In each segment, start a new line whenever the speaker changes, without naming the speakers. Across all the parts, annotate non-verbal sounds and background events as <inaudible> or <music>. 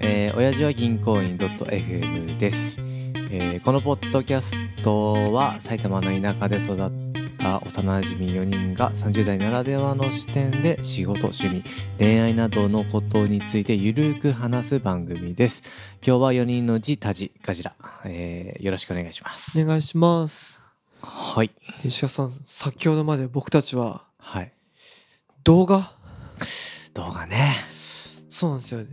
えー、親父は銀行員 .fm です、えーこのポッドキャストは埼玉の田舎で育った幼馴染4人が30代ならではの視点で仕事、趣味、恋愛などのことについてゆるく話す番組です。今日は4人のうち、タジ、ガジラ、えーよろしくお願いします。
お願いします
はい。
石川さん先ほどまで僕たちは
はい。
動画
動画ね。
そうなんですよね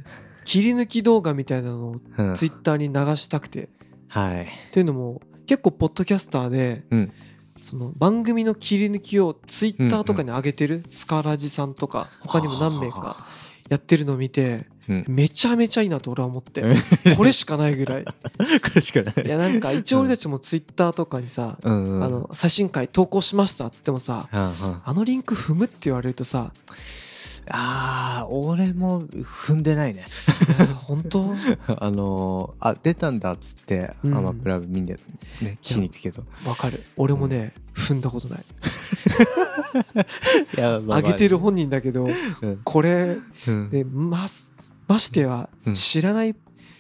切り抜き動画みたいなのを
うん。
ツイッターに流したくて
はい。
というのも結構ポッドキャスターで、
うん
その番組の切り抜きをツイッターとかに上げてる、スカラジさんとか他にも何名か。やってるのを見て
うん。
めちゃめちゃいいなと俺は思っ
<laughs>
て
うん
これしかないぐらい
これしかない
いやなんか一応俺たちもツイッターとかにさ、
うんうん。
あの最新回投稿しましたっつってもさ
うんうん
あのリンク踏むって言われるとさ
ああ、俺も踏んでないね。
いや本当
<laughs> あのーあ、出たんだっつって、
うん
アマプラ見んで、ね、聞きに行くけど。
わかる俺もね、踏んだことない
いや、ま
上げて
る。
る本人だけど
うん
これ
うん
でまましては
うん
知らない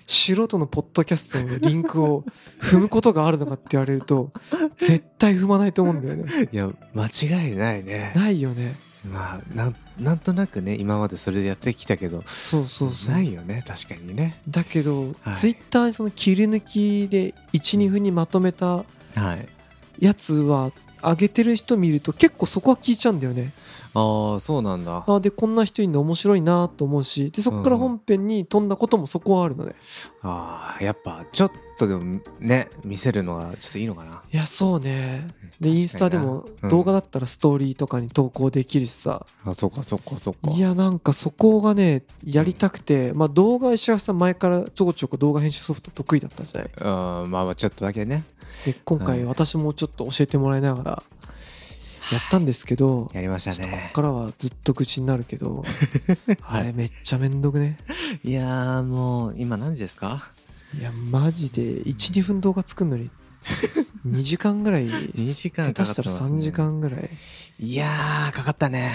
素人のポッドキャストのリンクを <laughs> 踏むことがあるのかって言われると絶対踏まないと思うんだよね
いや、間違いないね。
ないよね
まあ、なん、なんとなくね、今までそれでやってきたけど、
そうそうそう
ないよね、確かにね。
だけど、
はい
ツイッターにその切り抜きで12分にまとめた
はい。
やつは上げてる人見ると結構そこは聞いちゃうんだよね
ああ、そうなんだ。
あでこんな人いるの面白いなと思うしでそこから本編に飛んだこともそこはあるのね、
ああ、やっぱ、ちょっとでも、ね、見せるのがちょっといいのかな。
いやそうね
確か
で
にな
インスタでも
うん
動画だったらストーリーとかに投稿できるしさ、
あ、そっか、そっか、そっか。
いやなんかそこがねやりたくて、まあ動画石橋さん前からちょこちょこ動画編集ソフト得意だったじゃない
うん、まあまあ、ちょっとだけね。
で今
はい
回私もちょっと教えてもらいながらやったんですけど、
やりました
ちょっとこ
ね
っ。からはずっと愚痴になる
<laughs>
けどあれめっちゃめんどくね
いやーもう今何時ですか
いやマジで12分動画作る
<laughs>
のに2時間ぐらい
2時間かか
下手
っ
してたら
ます、ね、
3時間ぐらい
いやーかかったね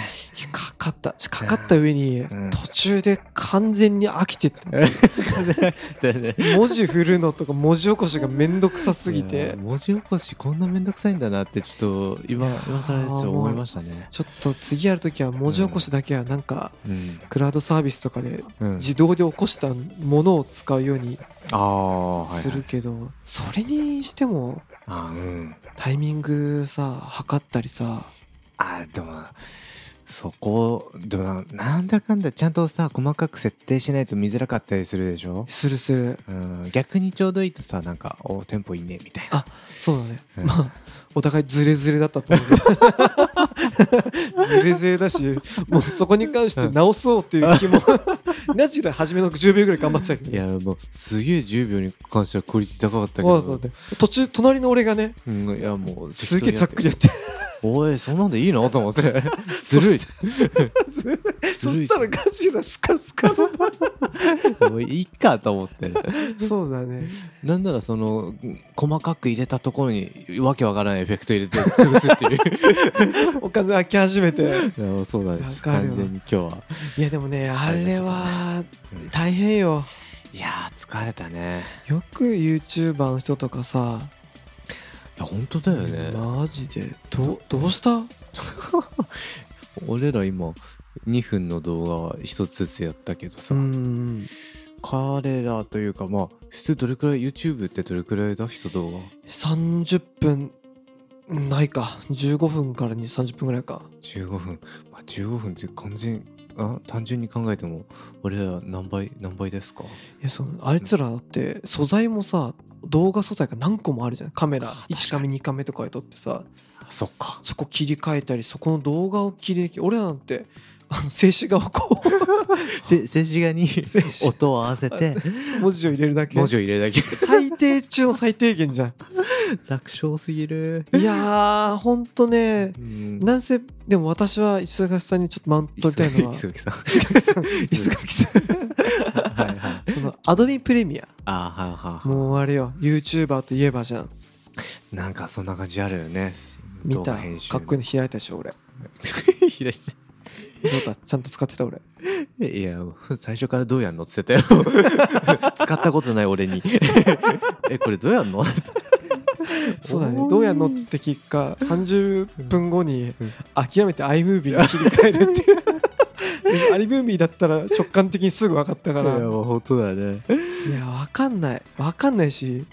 かかったしかかった上に
うん
途中で完全に飽き
<laughs>
てった
うん
文字振るのとか文字起こしがめんどくさすぎ
う
て
ん文字起こしこんなめんどくさいんだなってちょっと今
いやー
今更ちょっと思いましたね
ちょっと次やるときは文字起こしだけはなんか
うん、
クラウドサービスとかで
うん、
自動で起こしたものを使うように
ああはい、
するけどそれにしても
あーうん
タイミングさ測ったりさ
あーでもそこでもななんだかんだちゃんとさ細かく設定しないと見づらかったりするでしょ、
するする
うん、逆にちょうどいいとさなんかおテンポいいねみたいな
あそうだね、
うん
まあお互いズレズレだった <laughs> と思うズレズレだしもうそこに関して直そうっていう気 <laughs> もなじら初めの10秒ぐらい頑張ってたけど
いやもうすげえ10秒に関してはクオリティ高かったけ
そ
ど
うそうだね途中隣の俺がね
うん、いやもう
すげえざっくり
適
や <laughs> って
当にやっておいそんなんでいいのと思って
<laughs>
ずるい
そしたらガジラスカスカ
<laughs>
の
もういいかと思って
そうだね
なんならその細かく入れたところにわけわからないエフェクト入れて潰すって <laughs> いう
お金開き始めて
いやそうなんです
わか
完
るよ
全に今日はい
やでもねあれは
うん
大変よ
いやー疲れたね
よく YouTuber の人とかさ
いや本当だよね、
マジでどどうした
俺ら今2分の動画一つずつやったけどさ、
うん
彼らというかまあ普通どれくらい YouTube ってどれくらいだ人動画
30分ないか15分からに30分ぐらいか
15分、まあ、15分って完全あ単純に考えても俺ら何倍何倍ですか
いやそのあいつらだって素材もさ動画素材が何個もあるじゃんカメラ
あ確かに
1カメ2カメとかで撮ってさ
そっか
そこ切り替えたりそこの動画を切り抜き俺らなんてあの静止画をこ
せ静止画に
静止画
音を合わせて
う <laughs> 文字を入れるだ
<laughs>
け
文字を入れるだけ
最低中の最低限じゃ
楽勝すぎる、
んいやーほんとね
うん
なんせでも私は石垣さんにちょっとマウント取りたいのは <laughs>
磯垣さん
石垣さん
はいはい
そのアドビプレミア
<laughs> あーはいはいは
もうあれよ YouTuber といえばじゃん
いなんかそんな感じあるよね
見
動
た
画編集
かっこいいの開いたでしょ俺
開いて
ノータちゃんと使ってた <laughs> 俺
いや最初からどうやんのっつってたよ使ったことない俺に <laughs> えこれどうやんの
そうだねどうやんのっつって聞くか30分後に諦めて iMovie に切り替えるっていう <laughs> でも iMovie だったら直感的にすぐ分かったからいや
もう本当だね、
分かんない分かんないし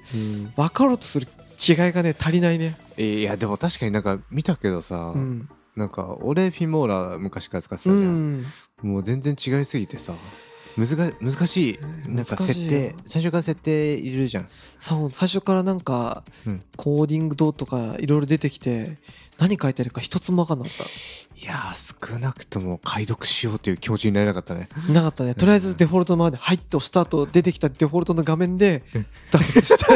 分かろうとする気概がね足りないね
いやでも確かになんか見たけどさ、
うん、
なんか俺フィモーラ昔から使ってた
う
じゃん、
ん、
もう全然違いすぎてさ難難しいなんか
難し
設
いよ
定最初から設定いるじゃん
そう最初からなんか、
うん
コーディングどうとかいろいろ出てきて何書いてあるか一つも分かんなかっ
いやー少なくとも解読しようという気持ちになれなかったね
たなかったねとりあえずデフォルトのままで入って押した後出てきたデフォルトの画面で脱出し
<laughs>
た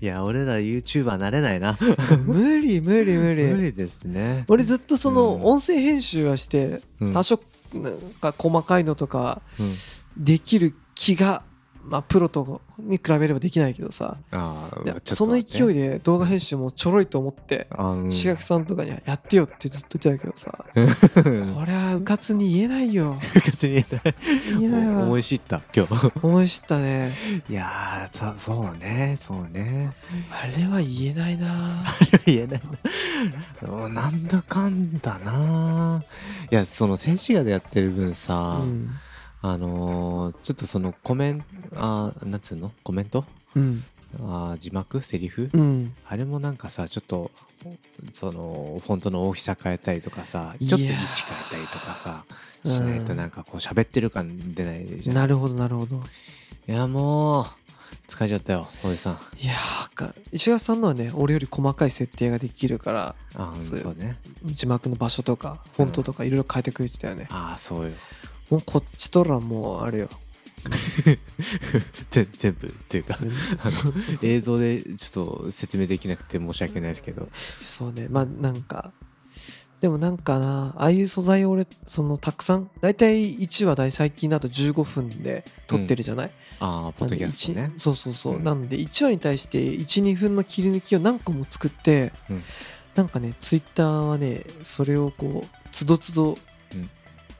いや俺ら YouTuber なれないな
<laughs> 無理無理無理
無理ですね
俺ずっとその
うん
音声編集はして
うん
多少なんか細かいのとか
うん
できる気がまあプロとに比べればできないけどさ
あー
いや
ちょっと
その
待って
勢いで動画編集もちょろいと思って
あうん
志学さんとかにはやってよってずっと言ってたけどさこれはうかつに言えな
<laughs>
いよ
別に
言えないわ
思い知った今日
思い知ったね
いやーさそうねそうね
あれは言えないな
言 <laughs> えないななんだかんだないやその静止画でやってる分さ、
うん
あのーちょっとそのコメンあーなんつうのコメント
うん
あー字幕セリフ、
うん
あれもなんかさちょっとそのフォントの大きさ変えたりとかさちょっと位置
いや
変
ー
えたりとかさしないとなんかこう喋ってる感出ないじゃん
なるほどなるほど
いやもう疲れちゃったよおじさん
いやーか石川さんのはね俺より細かい設定ができるから
あ
そうよ
そうね
字幕の場所とかフォントとかいろいろ変えてくれてたよね、
ああそうよ
もうこっちとらもうあれよ
全全部っていうかあの映像でちょっと説明できなくて申し訳ないですけど
そうねまあなんかでもなんかなああいう素材を俺そのたくさん大体1話大最近だと15分で撮ってるじゃない、
ああポッドキャストね
なんで一そうそうそう、
うん
なんで1話に対して12分の切り抜きを何個も作って、
うん
なんかねツイッターはねそれをこうつどつど
うん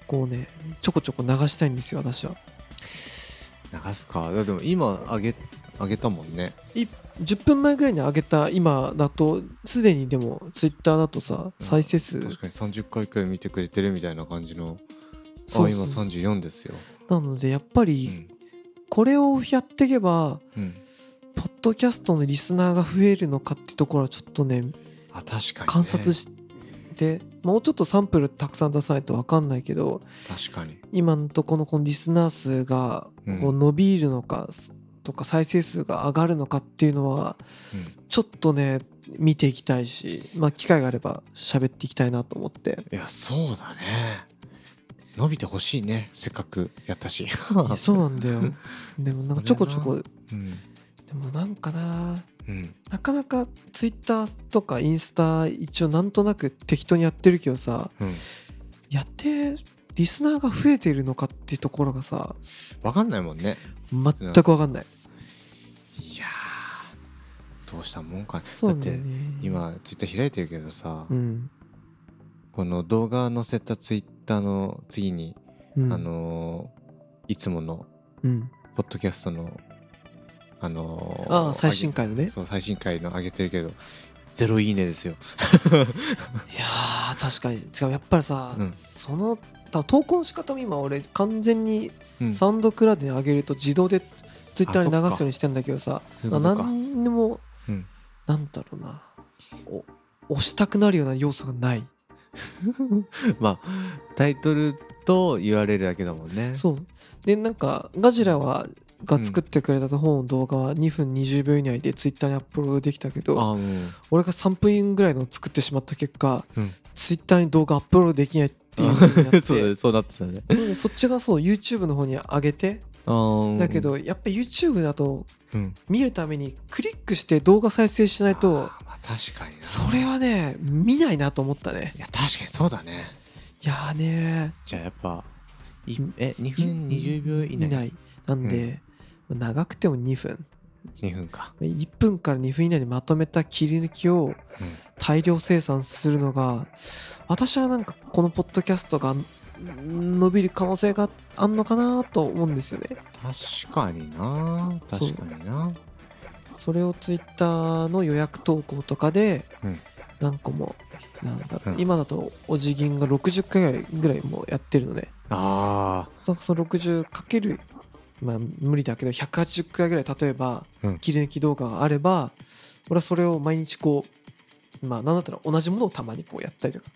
こうねちょこちょこ流したいんですよ私は
流すかでも今あげあげたもんね
い10分前ぐらいに上げた今だとすでにでもツイッターだとさ再生数、
確かに30回くらい見てくれてるみたいな感じの
そうそう
あ今34ですよ、
なのでやっぱ
う
り
ん
これをやっていけば
うん、
ポッドキャストのリスナーが増えるのかってところはちょっとね
あ確かに、ね、
観察してもうちょっとサンプルたくさん出さないと分かんないけど
確かに
今のとこのこのリスナー数が
うん
こう伸びるのかとか再生数が上がるのかっていうのは
うん
ちょっとね見ていきたいしまあ機会があれば喋っていきたいなと思って。
いやそうだね伸びてほしいねせっかくやった
<laughs>
し
そうなんだよ <laughs> でもなんかちょこちょこで
うん
もなんかな
うん
なかなかツイッターとかインスタ一応なんとなく適当にやってるけどさ
うん
やってリスナーが増えてるのかっていうところがさ
わかんないもんね
全く分かんない
いやーどうしたもんかね
そうなん
だ
だ
っ
よ
て
ね
今ツイッター開いてるけどさ、
うん、
この動画載せたツイッターの次に、
うん、
あのーいつもの
うん
ポッドキャストのあのー
ああ最新回の
上
ねい
げそう最新回の上げてるけどゼロいいねですよ
やー確かに違うやっぱりさ、
うん
その多分投稿の仕方も今俺完全に
うん
サウンドクラウドに上げると自動でツイッターに
あそっ
流
か
すようにしてんだけどさ
そういう
ま
ことか
あ何でも、
うん
なんだろうなお押したくなるような要素がない
まあタイトルと URL だけだもんね
そうでなんかガジラはが作ってくれた本の動画は2分20秒以内でツイッターにアップロードできたけど、
ああうん
俺が3分ぐらいのを作ってしまった結果、
うん
ツイッターに動画アップロードできないっていう風になっ
あ
て
<laughs> そうだねそうなってたね
そうねそっちがそう YouTube の方に上げて
あー
だけ、どやっぱ YouTube だと
うん、
見るためにクリックして動画再生しないと
あーまあ確かにな
それはね見ないなと思ったね
いや確かにそうだね
いやーね
じゃあやっぱい
うん
え2分20秒以内
見ないなんで、長くても2分
2分か
1分から2分以内にまとめた切り抜きを大量生産するのが私はなんかこのポッドキャストが伸びる可能性があんのかなと思うんですよね
確かにな
そう
確かにな
それをツイッターの予約投稿とかで
うん
何個もなんだろう
うん
今だとお辞儀が60回ぐらいもうやってるので、ね、
あ
なんかその 60× まあ無理だけど180回ぐらい例えば
うん
切り抜き動画があれば、俺はそれを毎日こうまあ何だったら同じものをたまにこうやったりとか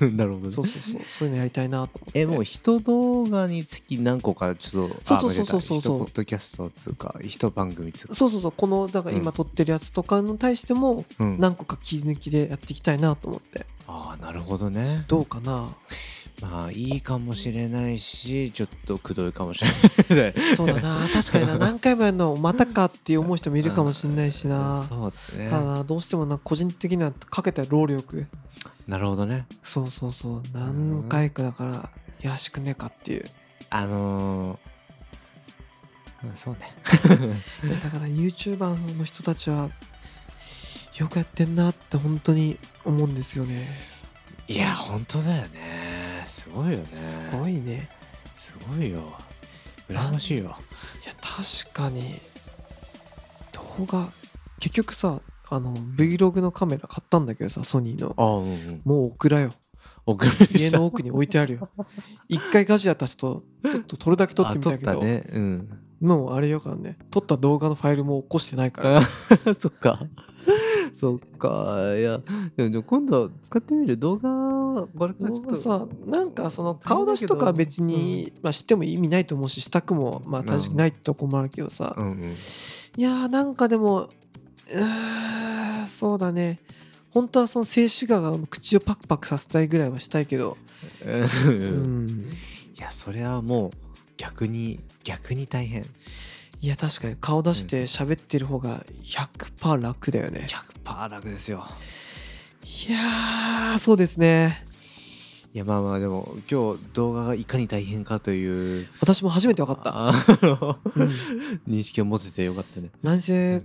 あ <laughs> なるほどね
そうそうそうそういうのやりたいなと思って
えもう人動画につき何個かちょっとあ
そうそうそうそうそう
間違えた一ポッドキャストつうか一番組つうか
そうそうそうこのだから
うん
今撮ってるやつとかに対しても
うん
何個か切り抜きでやっていきたいなと思って
ああなるほどね
どうかな
まあいいかもしれないしちょっとくどいかもしれない
そうだ
<laughs>
な確かにな何回もやるのまたかっていう思う人もいるかもしれないしな
そうだね
ただどうしてもな個人的にはかけた労力
なるほどね
そうそうそう何回かだからやらしくねえかっていう
あのーうんそうね
だから YouTuber の人たちはよくやってんなって本当に思うんですよね
いや本当だよねすごいよね
すごいね
すごいよ羨ましいよ
いや確かに動画結局さあの Vlog のカメラ買ったんだけどさソニーの
ああうんうん
もうオクラよ
送り
<laughs> 家の奥に置いてあるよ一回ガジラ足すとちょっと撮るだけ撮ってみたけ
あ撮っ
ど
たねうん
もうあれよからね撮った動画のファイルも起こしてないから
<laughs> あそっか。そっか。いや、でもでも今度使ってみる動画、これからちょっ
動
と
画さなんかその顔出しとかは別に、まあ、しても意味ないと思うししたくもまあ
うん
正直ないとこもあるけどさ、
うんうん。
いやーなんかでもうーんそうだね本当はその静止画が口をパクパクさせたいぐらいはしたいけど、
うん
う
うん
ん、
いや、それはもう逆に、逆に大変。
いや確かに顔出して喋ってる方が100%楽だよね、
100%楽ですよ。
いやーそうですね
いや、まあまあ、でも今日動画がいかに大変かという、
私も初めて分かった、
あの <laughs>
うん、
認識を持ててよかったね。
何せ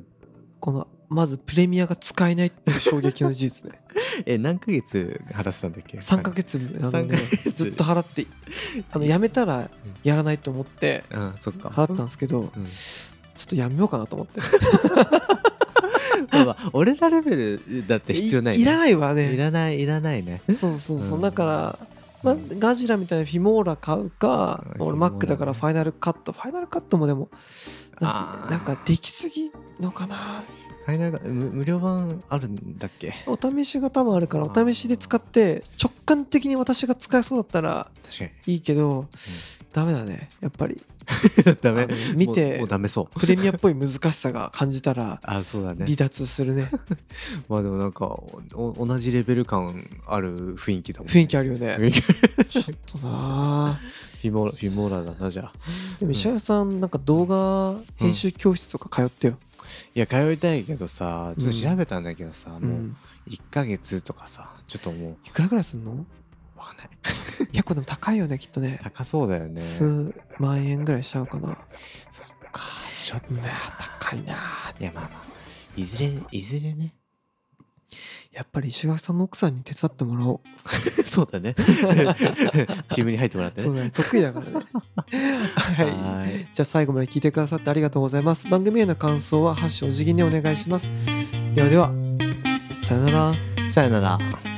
このまずプレミアが使えないっていう衝撃の事実
<laughs>
ね
え、何ヶ月話したんだっけ
3ヶ。月あの、
三ヶ
ね、
月
ずっと払ってあのやめたらやらないと思って
あ、そっか。
払ったんですけど
うん
ちょっとやめようかなと思って
まあまあ俺らレベルだって必要ない、ね、
いらないわ
い
ね
らないいらないね
そうそうそう、
うん
だから、まあ、ガジラみたいなフィモーラ買うか
うん
俺
フィモ
マ
ーラ
ックだからファイナルカットファイナルカットもでもなん
あー
かなんかできすぎのかな
ファイナルが無無料版あるんだっけ
お試し型もあるからお試しで使って直感的に私が使えそうだったら
確かに
いいけど、ダメだねやっぱり
<laughs> ダ
あ
メ
の見
もう
て
もうダメ
<laughs>
そう
プレミアっぽい難しさが感じたら
あそうだ
離
ね
脱するね
まあでもなんかおお同じレベル感ある雰囲気だもん、
雰囲気
あ
あるよね
雰囲気ある
<laughs> ちょっとなあ
フィモラフィモラだなじゃあ
でも石原さんなんか動画編集教室とか通ってよ、
いや通いたいけどさちょっと調べたんだけどさ、
うん
もう1ヶ月とかさちょっとも
いくらぐらいすんの
うわかんない
結構でも高いよねきっとね
高そうだよねそっ
数万円ぐらいしちゃうかな
かちょっと
うん高いない
やまあまあいずれいずれ
<laughs>
ね
やっぱり石垣さんの奥さんに手伝ってもらおう
そうだ
<laughs>
ねチームに入ってもらって
そう
ね
だね得意だから <laughs> ねはい
はーい
じゃあ最後まで聞いてくださってありがとうございます番組への感想は「ハッシュお辞儀」にお願いしますではではさよなら
さよなら